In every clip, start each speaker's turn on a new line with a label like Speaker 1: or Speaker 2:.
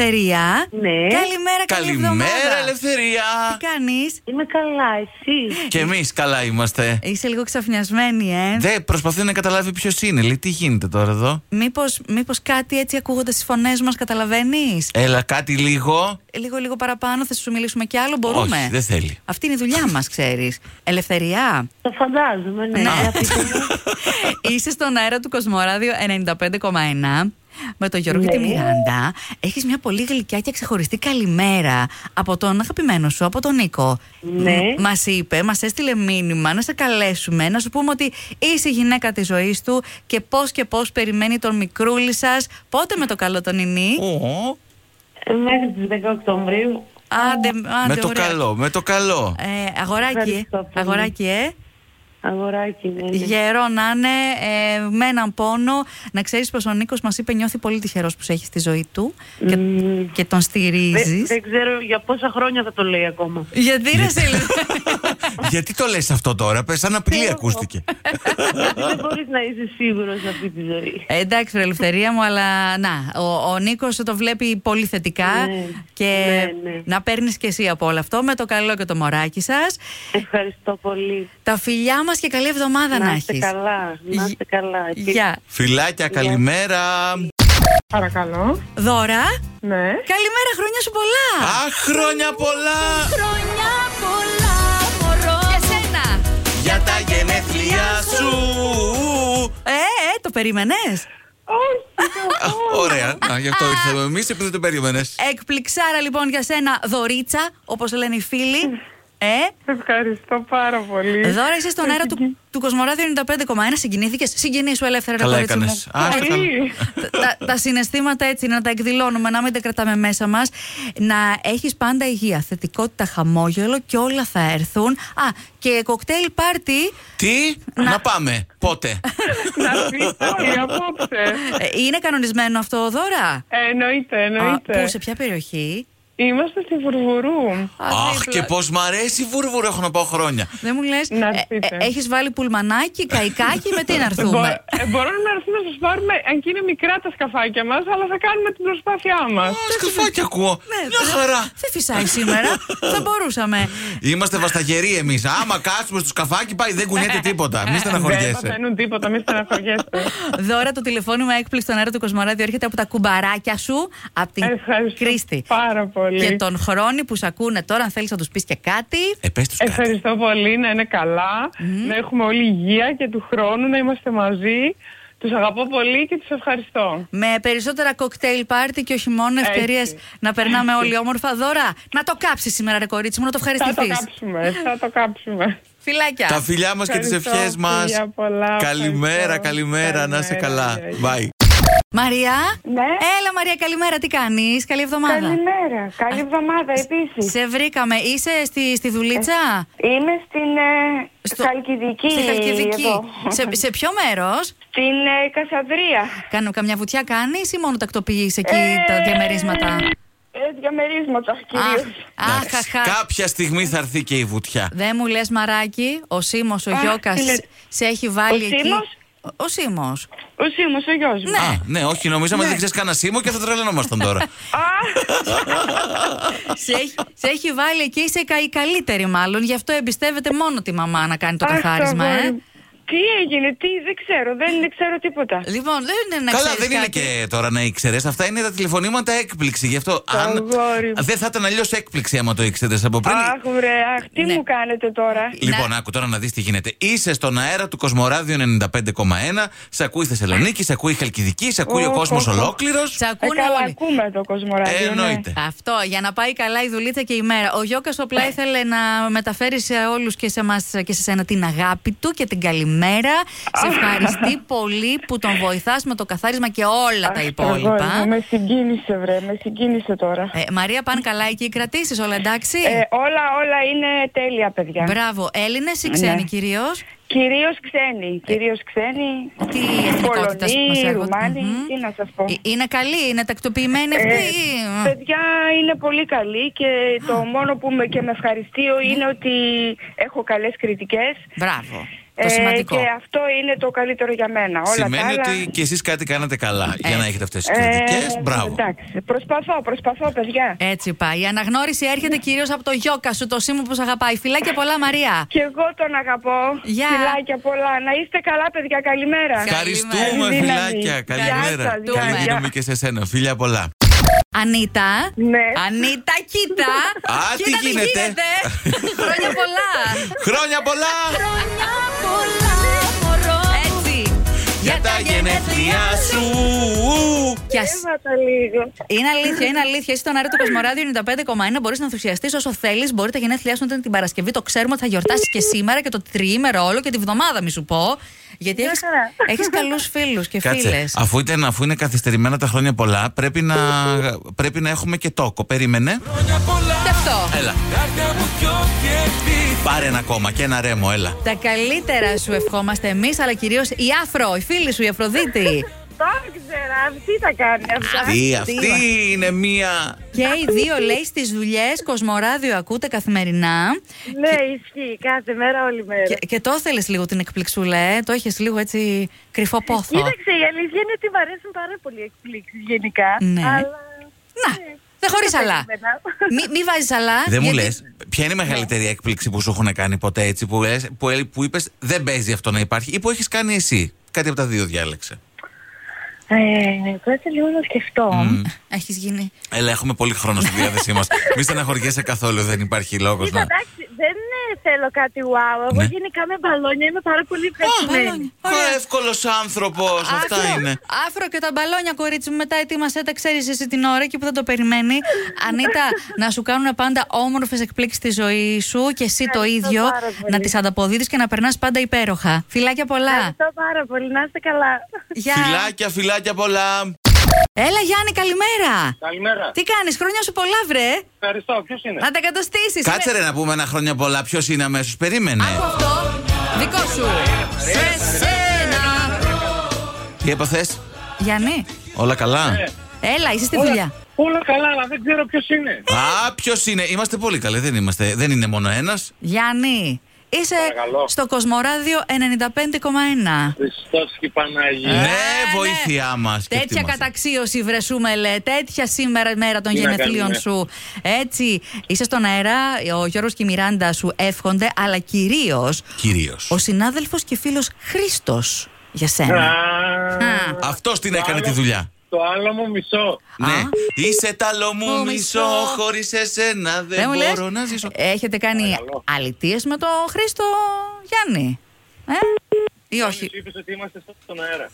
Speaker 1: Ελευθερία.
Speaker 2: Ναι.
Speaker 1: Καλημέρα, καλή
Speaker 3: Καλημέρα,
Speaker 1: εβδομάδα.
Speaker 3: Ελευθερία!
Speaker 1: Τι κάνεις
Speaker 2: Είμαι καλά, εσύ.
Speaker 3: Και εμείς καλά είμαστε.
Speaker 1: Είσαι λίγο ξαφνιασμένη, ε.
Speaker 3: Δεν προσπαθεί να καταλάβει ποιος είναι. Λέει, τι γίνεται τώρα εδώ.
Speaker 1: Μήπως, μήπως κάτι έτσι ακούγοντας τις φωνές μας καταλαβαίνεις
Speaker 3: Έλα, κάτι λίγο.
Speaker 1: Λίγο λίγο παραπάνω θα σου μιλήσουμε κι άλλο μπορούμε
Speaker 3: Όχι, δεν θέλει.
Speaker 1: Αυτή είναι η δουλειά μας ξέρεις Ελευθερία
Speaker 2: Το φαντάζομαι, ναι. Για πείτε μου.
Speaker 1: Είσαι στον αέρα του Κοσμοράδιου 95,1 με τον Γιώργο και τη
Speaker 2: Ναι.
Speaker 1: Μιράντα. Έχεις μια πολύ γλυκιά και ξεχωριστή καλημέρα από τον αγαπημένο σου, από τον Νίκο.
Speaker 2: Ναι.
Speaker 1: Μ- μας είπε, μας έστειλε μήνυμα να σε καλέσουμε, να σου πούμε ότι είσαι η γυναίκα της ζωής του και πώς και πώς περιμένει τον μικρούλη σας. Πότε με το καλό τον Ινί.
Speaker 3: Ω,
Speaker 2: Ε, Μέχρι τις 10 Οκτωβρίου.
Speaker 1: Άντε, άντε,
Speaker 3: με το
Speaker 1: ωραία.
Speaker 3: καλό, με το καλό.
Speaker 1: Ε, αγοράκι, ε.
Speaker 2: Ευχαριστώ πολύ.
Speaker 1: αγοράκι, ε.
Speaker 2: Αγοράκι, ναι. ναι.
Speaker 1: Γερό να είναι, ε, με έναν πόνο. Να ξέρεις πως ο Νίκος μας είπε νιώθει πολύ τυχερός που σε έχει στη ζωή του και,
Speaker 2: Μμμ.
Speaker 1: και τον στηρίζεις.
Speaker 2: Δεν, δεν ξέρω για πόσα χρόνια θα το λέει ακόμα.
Speaker 1: Γιατί ρε Σίλβια.
Speaker 3: Γιατί το λες αυτό τώρα, πες σαν απειλή ακούστηκε.
Speaker 2: Γιατί δεν μπορείς να είσαι σίγουρος σε αυτή τη ζωή.
Speaker 1: Ε, Εντάξει, ρε ελευθερία μου, αλλά να. Ο, ο Νίκος το βλέπει πολύ θετικά
Speaker 2: Ναι.
Speaker 1: και
Speaker 2: Ναι, ναι.
Speaker 1: να παίρνεις και εσύ από όλο αυτό με το καλό και το μωράκι σας.
Speaker 2: Ευχαριστώ πολύ.
Speaker 1: Τα φιλιά μας και καλή εβδομάδα να,
Speaker 2: Να
Speaker 1: έχεις.
Speaker 2: είστε καλά. Να είστε καλά. Επίσης,
Speaker 1: Γεια.
Speaker 3: Φιλάκια, καλημέρα.
Speaker 4: Παρακαλώ.
Speaker 1: Δώρα,
Speaker 4: Ναι.
Speaker 1: καλημέρα, χρόνια σου πολλά.
Speaker 3: Α, χρόνια πολλά
Speaker 1: Χρόνια πολλά, μωρό. Και σένα.
Speaker 3: για τα γενέθλιά σου.
Speaker 1: Ε, ε, το περίμενες.
Speaker 3: Α, Ωραία, να, γι' αυτό ήρθαμε εμείς επειδή δεν το περίμενες.
Speaker 1: Ε. Εκπληξάρα λοιπόν για σένα δωρίτσα, όπως λένε οι
Speaker 2: Ναι.
Speaker 1: φίλοι. Ε,
Speaker 4: Ευχαριστώ πάρα πολύ.
Speaker 1: δώρα είσαι στον
Speaker 4: ε,
Speaker 1: αέρα του, του Κοσμοράδιο 95,1. Συγκινήθηκες, συγκινήσου ελεύθερα, ρε
Speaker 3: Καλά
Speaker 1: κορίτσι
Speaker 3: έκανε.
Speaker 1: μου. ε, τα, τα συναισθήματα έτσι είναι να τα εκδηλώνουμε, να μην τα κρατάμε μέσα μας Να έχεις πάντα υγεία, θετικότητα, χαμόγελο και όλα θα έρθουν. Α, και κοκτέιλ πάρτι
Speaker 3: Τι, να πάμε, πότε.
Speaker 4: Να πείτε όλοι απόψε.
Speaker 1: ε, είναι κανονισμένο αυτό, δώρα.
Speaker 4: Ε, εννοείται,
Speaker 1: Α,
Speaker 4: εννοείται.
Speaker 1: Πού, σε ποια περιοχή.
Speaker 4: Είμαστε στη Βουρβουρού.
Speaker 1: Α,
Speaker 3: Αχ,
Speaker 1: δίπλα.
Speaker 3: και πώς μ' αρέσει η Βουρβουρα, έχω να πάω χρόνια.
Speaker 1: Δεν μου λες.
Speaker 4: Να πείτε.
Speaker 1: Έχεις βάλει πουλμανάκι, καϊκάκι, με τι να έρθουμε.
Speaker 4: Μπο- ε, μπορούμε να έρθουμε να σας πάρουμε, αν και είναι μικρά τα σκαφάκια μας, αλλά θα κάνουμε την προσπάθειά
Speaker 3: Α,
Speaker 4: μας.
Speaker 3: σκαφάκι ακούω.
Speaker 1: Ναι,
Speaker 3: Μια χαρά.
Speaker 1: Δεν φυσάει σήμερα. Θα μπορούσαμε.
Speaker 3: Είμαστε βασταγεροί εμείς. Άμα κάτσουμε στο σκαφάκι, πάει, δεν κουνιέται τίποτα. Μην
Speaker 4: Δεν
Speaker 3: στεναχωριέσαι.
Speaker 4: παθαίνουν τίποτα, μην στεναχωριέστε.
Speaker 1: Δώρα το τηλεφώνημα έκπληξη στον αέρα του Κοσμοράδιο έρχεται από τα κουμπαράκια σου, από την
Speaker 4: Ευχαριστώ
Speaker 1: Κρίστη.
Speaker 4: πάρα πολύ.
Speaker 1: Και τον χρόνο που σε ακούνε τώρα, αν θέλεις να τους πεις και κάτι.
Speaker 3: Ε, πες τους κάτι.
Speaker 4: Ευχαριστώ πολύ, να είναι καλά, να έχουμε όλη υγεία και του χρόνου να είμαστε μαζί. Τους αγαπώ πολύ και τους ευχαριστώ.
Speaker 1: Με περισσότερα κοκτέιλ πάρτι και όχι μόνο
Speaker 4: Έτσι.
Speaker 1: ευκαιρίες να περνάμε όλοι όμορφα. Δώρα, να το κάψεις σήμερα, ρε κορίτσι μου, να το
Speaker 4: Θα το
Speaker 1: ευχαριστηθείς.
Speaker 4: κάψουμε, θα το κάψουμε.
Speaker 1: Φιλάκια.
Speaker 3: Τα φιλιά μας και τις
Speaker 4: Ευχαριστώ,
Speaker 3: ευχές μας.
Speaker 4: φιλιά πολλά,
Speaker 3: Καλημέρα,
Speaker 4: ευχαριστώ.
Speaker 3: καλημέρα, να είσαι
Speaker 4: Καλημέρα,
Speaker 3: καλά.
Speaker 4: γεια, γεια.
Speaker 3: Bye.
Speaker 1: Μαρία.
Speaker 5: Ναι.
Speaker 1: Έλα, Μαρία, καλημέρα. Τι κάνεις. Καλή εβδομάδα.
Speaker 5: Καλημέρα. Καλή εβδομάδα επίσης.
Speaker 1: Σε βρήκαμε. Είσαι στη, στη δουλίτσα.
Speaker 5: Είμαι στην ε, Χαλκιδική.
Speaker 1: Στη Χαλκιδική.
Speaker 5: εδώ.
Speaker 1: Σε, σε ποιο μέρος.
Speaker 5: Στην ε, Κασανδρία.
Speaker 1: Κάνω καμιά βουτιά κάνεις ή μόνο τακτοποιείς εκεί τα διαμερίσματα.
Speaker 5: Ε, διαμερίσματα κυρίως.
Speaker 1: Αχ,
Speaker 3: Εντάξει,
Speaker 1: αχ, αχ.
Speaker 3: Κάποια στιγμή θα έρθει και η βουτιά.
Speaker 1: Δεν μου λες μαράκι, ο Σίμος, ο
Speaker 5: Αχ,
Speaker 1: Γιώκας
Speaker 5: τι λέτε.
Speaker 1: σε έχει βάλει
Speaker 5: Ο
Speaker 1: εκεί.
Speaker 5: Σίμος?
Speaker 1: Ο- Ο Σίμος.
Speaker 5: Ο Σίμω, ο γιος μου.
Speaker 3: Α, ναι, όχι, νομίζαμε ότι δεν ξέρεις κανένα σήμα και θα τρελανόμασταν τώρα.
Speaker 1: σε, έχει- σε έχει βάλει εκεί, είσαι κα- η καλύτερη μάλλον. Γι' αυτό εμπιστεύεται μόνο τη μαμά να κάνει το
Speaker 5: Αχ,
Speaker 1: καθάρισμα,
Speaker 5: αγόρι
Speaker 1: ε.
Speaker 5: μου. Τι έγινε, τι, δεν ξέρω, δεν, δεν ξέρω τίποτα.
Speaker 1: Λοιπόν, δεν είναι να
Speaker 3: Καλά,
Speaker 1: ξέρεις
Speaker 3: δεν είναι
Speaker 1: κάτι.
Speaker 3: και τώρα να ήξερες. Αυτά είναι τα τηλεφωνήματα έκπληξη. Γι' αυτό αν.
Speaker 5: αγόρι μου.
Speaker 3: Δεν θα ήταν αλλιώς έκπληξη άμα το ήξερες από πριν.
Speaker 5: Αχ, βρε, αχ, τι
Speaker 1: Ναι.
Speaker 5: μου κάνετε τώρα. Ε,
Speaker 3: Λοιπόν, άκου τώρα να δεις τι γίνεται. Είσαι στον αέρα του Κοσμοράδιο 95,1. Σε ακούει η Θεσσαλονίκη, σε ακούει η Χαλκιδική, σε ακούει ο
Speaker 5: Ω,
Speaker 3: κόσμο
Speaker 5: ω, ω.
Speaker 3: ολόκληρο.
Speaker 5: Ε,
Speaker 1: Τσακούνε
Speaker 5: καλά,
Speaker 1: όλοι. Ε,
Speaker 5: ακούμε το Κοσμοράδιο. ναι.
Speaker 3: Εννοείται.
Speaker 1: Αυτό, για να πάει καλά η δουλίτσα και η μέρα. Ο Γιώκας
Speaker 5: Ε.
Speaker 1: απλά ήθελε να μεταφέρει σε όλους και σε εμάς και σε σένα την αγάπη του και την καλημέρα. Σε ευχαριστεί πολύ που τον βοηθάς με το καθάρισμα και όλα τα
Speaker 5: Αχ,
Speaker 1: υπόλοιπα.
Speaker 5: αγόρι μου, Με συγκίνησε, βρε, με συγκίνησε τώρα.
Speaker 1: Ε, Μαρία, πάνε καλά εκεί οι κρατήσεις, όλα εντάξει.
Speaker 5: Ε, όλα, όλα είναι τέλεια, παιδιά.
Speaker 1: Μπράβο. Έλληνες ή ξένοι
Speaker 5: Ναι.
Speaker 1: κυρίως.
Speaker 5: Κυρίως ξένοι. Κυρίως ξένοι.
Speaker 1: Τι εθνικότητας
Speaker 5: Πολωνοί,
Speaker 1: μα
Speaker 5: Ρουμάνοι, τι να σας πω.
Speaker 1: Ε, Είναι καλή, είναι τακτοποιημένη
Speaker 5: Ε,
Speaker 1: αυτή. ή-
Speaker 5: παιδιά είναι πολύ καλή και
Speaker 1: Ναι.
Speaker 5: το μόνο που με, και με ευχαριστεί είναι ότι έχω καλές κριτικές
Speaker 1: Μπράβο. Το σημαντικό.
Speaker 5: Ε, και αυτό είναι το καλύτερο για μένα. Όλα
Speaker 3: Σημαίνει
Speaker 5: τα άλλα...
Speaker 3: ότι και εσείς κάτι κάνατε καλά για να έχετε αυτές τις
Speaker 5: Ε,
Speaker 3: κριτικέ. Μπράβο. Ε.
Speaker 5: Εντάξει, προσπαθώ, προσπαθώ, παιδιά.
Speaker 1: Έτσι πάει. Η αναγνώριση έρχεται κυρίως από το γιόκα σου, το σήμα που σε αγαπάει. Φιλάκια πολλά, Μαρία.
Speaker 5: Και εγώ τον αγαπώ.
Speaker 1: Γεια.
Speaker 5: Φιλάκια πολλά. Να είστε καλά, παιδιά. Καλημέρα.
Speaker 3: Ευχαριστούμε,
Speaker 1: Καλημέρα.
Speaker 3: φιλάκια.
Speaker 5: Γεια
Speaker 3: Καλημέρα.
Speaker 5: σας,
Speaker 3: Καλή
Speaker 1: γεια.
Speaker 3: δύναμη και σε σένα. Φιλιά πολλά.
Speaker 1: Ανίτα.
Speaker 5: Ναι.
Speaker 1: Ανίτα, κοίτα.
Speaker 3: Α, τι
Speaker 1: κοίτα
Speaker 3: γίνεται.
Speaker 1: Χρόνια πολλά.
Speaker 3: Χρόνια πολλά!
Speaker 1: Χρόνια πολλά, μωρό. Έτσι.
Speaker 3: για τα γενέθλιά σου.
Speaker 1: Κι ας-
Speaker 5: Έβατα λίγο.
Speaker 1: Είναι αλήθεια, είναι αλήθεια. Είσαι στον αέρα του Κοσμοράδιο 95,1. Μπορείς να ενθουσιαστείς όσο θέλεις. Μπορεί τα γενέθλιά σου να ήταν την Παρασκευή. Το ξέρουμε ότι θα γιορτάσεις και σήμερα και το τριήμερο όλο και τη βδομάδα, μη σου πω. Γιατί έχεις
Speaker 5: χαρά.
Speaker 1: έχεις καλούς φίλους και φίλε.
Speaker 3: Κάτσε, αφού, ήταν, αφού είναι καθυστερημένα τα χρόνια πολλά, πρέπει να, πρέπει να έχουμε και τόκο. Περίμενε.
Speaker 1: Αυτό.
Speaker 3: Έλα. Πάρε ένα ακόμα και ένα ρέμο, έλα.
Speaker 1: Τα καλύτερα σου ευχόμαστε εμείς, αλλά κυρίως η Αφρο, η φίλη σου, η Αφροδίτη.
Speaker 5: Το ήξερα. Αυτή τα κάνει αυτά.
Speaker 3: Αυτή, αυτή είναι μία.
Speaker 1: και οι δύο λέεις στι δουλειές Κοσμοράδιο ακούτε καθημερινά.
Speaker 5: Ναι, ισχύει. Κάθε μέρα, όλη μέρα.
Speaker 1: Και, και το ήθελε λίγο την εκπληξούλα, ε. Το είχε λίγο έτσι κρυφό πόθο.
Speaker 5: Ε, Κοίταξε, η αλήθεια είναι ότι μου αρέσουν πάρα πολύ οι εκπλήξεις γενικά.
Speaker 1: Ναι.
Speaker 5: Αλλά... Ε,
Speaker 1: Να, δεν χωρίς αλλά.
Speaker 5: περίμενα.
Speaker 1: Μη, μη βάζεις αλλά.
Speaker 3: Δεν μου
Speaker 1: γιατί-
Speaker 3: λες. Ποια είναι η μεγαλύτερη έκπληξη που σου έχουν κάνει ποτέ έτσι που, λες, που, έλ- που είπες δεν παίζει αυτό να υπάρχει ή που έχεις κάνει εσύ. Κάτι από τα δύο διάλεξε.
Speaker 5: Ε, κάτσε λίγο να σκεφτώ.
Speaker 1: Έχεις γίνει.
Speaker 3: Έλα, έχουμε πολύ χρόνο στη διάθεσή μας. Μη στεναχωριέσαι καθόλου, δεν υπάρχει λόγος
Speaker 5: Κοίτα,
Speaker 3: να.
Speaker 5: εντάξει, δεν ε, θέλω κάτι wow. Εγώ
Speaker 3: Ναι.
Speaker 5: γενικά με μπαλόνια είμαι πάρα πολύ ευχαριστημένη.
Speaker 3: Ο εύκολο άνθρωπο, αυτά
Speaker 1: Άφρο,
Speaker 3: είναι.
Speaker 1: άφρο και τα μπαλόνια, κορίτσι μου. Μετά ετοίμασέ τα, ξέρεις εσύ την ώρα και που δεν το περιμένει. Ανίτα, να σου κάνουν πάντα όμορφες εκπλήξεις στη ζωή σου και εσύ το
Speaker 5: Ευχαριστώ
Speaker 1: ίδιο.
Speaker 5: πάρα πολύ.
Speaker 1: Να τις ανταποδίδεις και να περνάς πάντα υπέροχα. Φιλάκια πολλά.
Speaker 5: Ευχαριστώ πάρα πολύ. Να είστε καλά.
Speaker 1: Γεια.
Speaker 3: Ε, Φιλάκια, φιλάκια πολλά.
Speaker 1: Έλα, Γιάννη, καλημέρα.
Speaker 6: Καλημέρα.
Speaker 1: Τι κάνεις, χρόνια σου πολλά, βρε.
Speaker 6: Ευχαριστώ. Ποιος είναι.
Speaker 1: Να τα κατοστήσει.
Speaker 3: Κάτσε ρε να πούμε ένα χρόνια πολλά. Ποιος είναι αμέσως, περίμενε.
Speaker 1: Άκου αυτό. Δικό σου. Σε σένα.
Speaker 3: Τι έπαθες,
Speaker 1: Γιάννη,
Speaker 3: όλα
Speaker 1: Ναι.
Speaker 3: καλά.
Speaker 1: έλα, είσαι στη δουλειά.
Speaker 6: Όλα καλά, αλλά δεν ξέρω ποιος είναι.
Speaker 3: Α, ποιος είναι. Είμαστε πολύ καλοί, δεν είμαστε. Δεν είναι μόνο ένας.
Speaker 1: Γιάννη, είσαι
Speaker 6: Παρακαλώ.
Speaker 1: στο Κοσμοράδιο 95,1.
Speaker 6: Χριστός και η Παναγία.
Speaker 3: Ναι,
Speaker 1: ναι.
Speaker 3: βοήθειά μας.
Speaker 1: Τέτοια καταξίωση βρεσούμελε, τέτοια σήμερα μέρα των
Speaker 6: Τι να
Speaker 1: γενεθλίων
Speaker 6: κάνουμε.
Speaker 1: σου. Έτσι, είσαι στον αέρα, ο Γιώργος και η Μιράντα σου εύχονται, αλλά κυρίως
Speaker 3: Κυρίως.
Speaker 1: ο συνάδελφος και φίλος Χρήστος για σένα. Α.
Speaker 3: Αυτός την Ναι. έκανε τη δουλειά.
Speaker 6: Το άλλο μου μισό.
Speaker 3: Ναι. Είσαι τάλο μου
Speaker 1: Μου
Speaker 3: μισό,
Speaker 1: μισό.
Speaker 3: χωρίς εσένα δεν
Speaker 1: μου
Speaker 3: μπορώ
Speaker 1: λες,
Speaker 3: να ζήσω.
Speaker 1: Έχετε κάνει
Speaker 6: Παρακαλώ.
Speaker 1: αλητίες με τον Χρήστο Γιάννη. Ε? Ή όχι. Ε,
Speaker 6: Είπες ότι είμαστε στο- στον αέρα.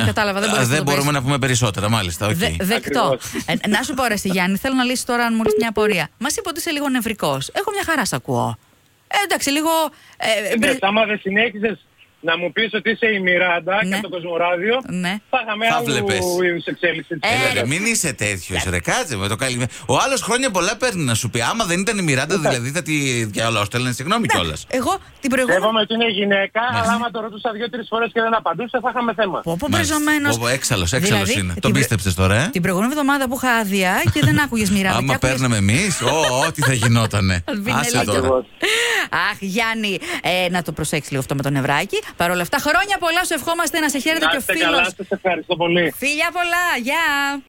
Speaker 1: Α, κατάλαβα, δεν
Speaker 3: Α,
Speaker 1: μπορείς να το πεις.
Speaker 3: μπορούμε να πούμε περισσότερα, μάλιστα. οκ.
Speaker 1: Δε, δεκτό. Ε, να σου πω, ρε, στη Γιάννη, θέλω να λύσεις τώρα, αν μου λύσει μια απορία. Μας είπε ότι είσαι λίγο νευρικός. Εγώ μια χαρά σ' ακούω. Ε, εντάξει, λίγο. Ε, μπρι-
Speaker 6: Εντάξει, άμα δεν συνέχιζες να μου πεις ότι είσαι η Μιράντα
Speaker 1: Ναι.
Speaker 6: και το Κοσμοράδιο,
Speaker 1: Ναι.
Speaker 6: θα είχαμε
Speaker 3: Θα
Speaker 6: άλλου
Speaker 3: βλέπες.
Speaker 6: είδους εξέλιξη.
Speaker 1: Ε,
Speaker 3: Έλα,
Speaker 1: ρε.
Speaker 3: ρε, μην είσαι τέτοιος, ρε. Κάτσε με το καλή. Ο άλλος χρόνια πολλά παίρνει να σου πει. Άμα δεν ήταν η Μιράντα, δηλαδή θα τη διαολόστελνε.
Speaker 1: Ναι,
Speaker 3: Συγγνώμη κιόλας.
Speaker 1: Εγώ την προηγούμενη.
Speaker 6: Σέβομαι ότι είναι γυναίκα,
Speaker 3: Ναι.
Speaker 6: αλλά άμα το ρωτούσα δύο-τρει φορές και δεν απαντούσε, θα είχαμε θέμα.
Speaker 1: Πω, πω,
Speaker 3: Μάλιστα.
Speaker 1: μπριζωμένος.
Speaker 3: Πω, πω, έξαλλος, έξαλλος
Speaker 1: Δηλαδή,
Speaker 3: είναι.
Speaker 1: την
Speaker 3: Τον
Speaker 1: προ-
Speaker 3: πίστεψες τώρα, ε?
Speaker 1: Την προηγούμενη εβδομάδα που είχα άδεια και δεν άκουγες μοιράδα.
Speaker 3: Άμα παίρναμε εμείς, ό,τι θα γινότανε.
Speaker 1: Αλβινέλα
Speaker 3: Άσε
Speaker 1: κι
Speaker 3: τώρα.
Speaker 6: εγώ.
Speaker 1: Αχ, Γιάννη, ε, να το προσέξεις λίγο αυτό με το νευράκι. Παρ' όλα αυτά, χρόνια πολλά σου ευχόμαστε να σε χαίρεται
Speaker 6: Να
Speaker 1: και ο
Speaker 6: είστε καλά,
Speaker 1: φίλο.
Speaker 6: σας ευχαριστώ πολύ.
Speaker 1: Φίλια πολλά, γεια!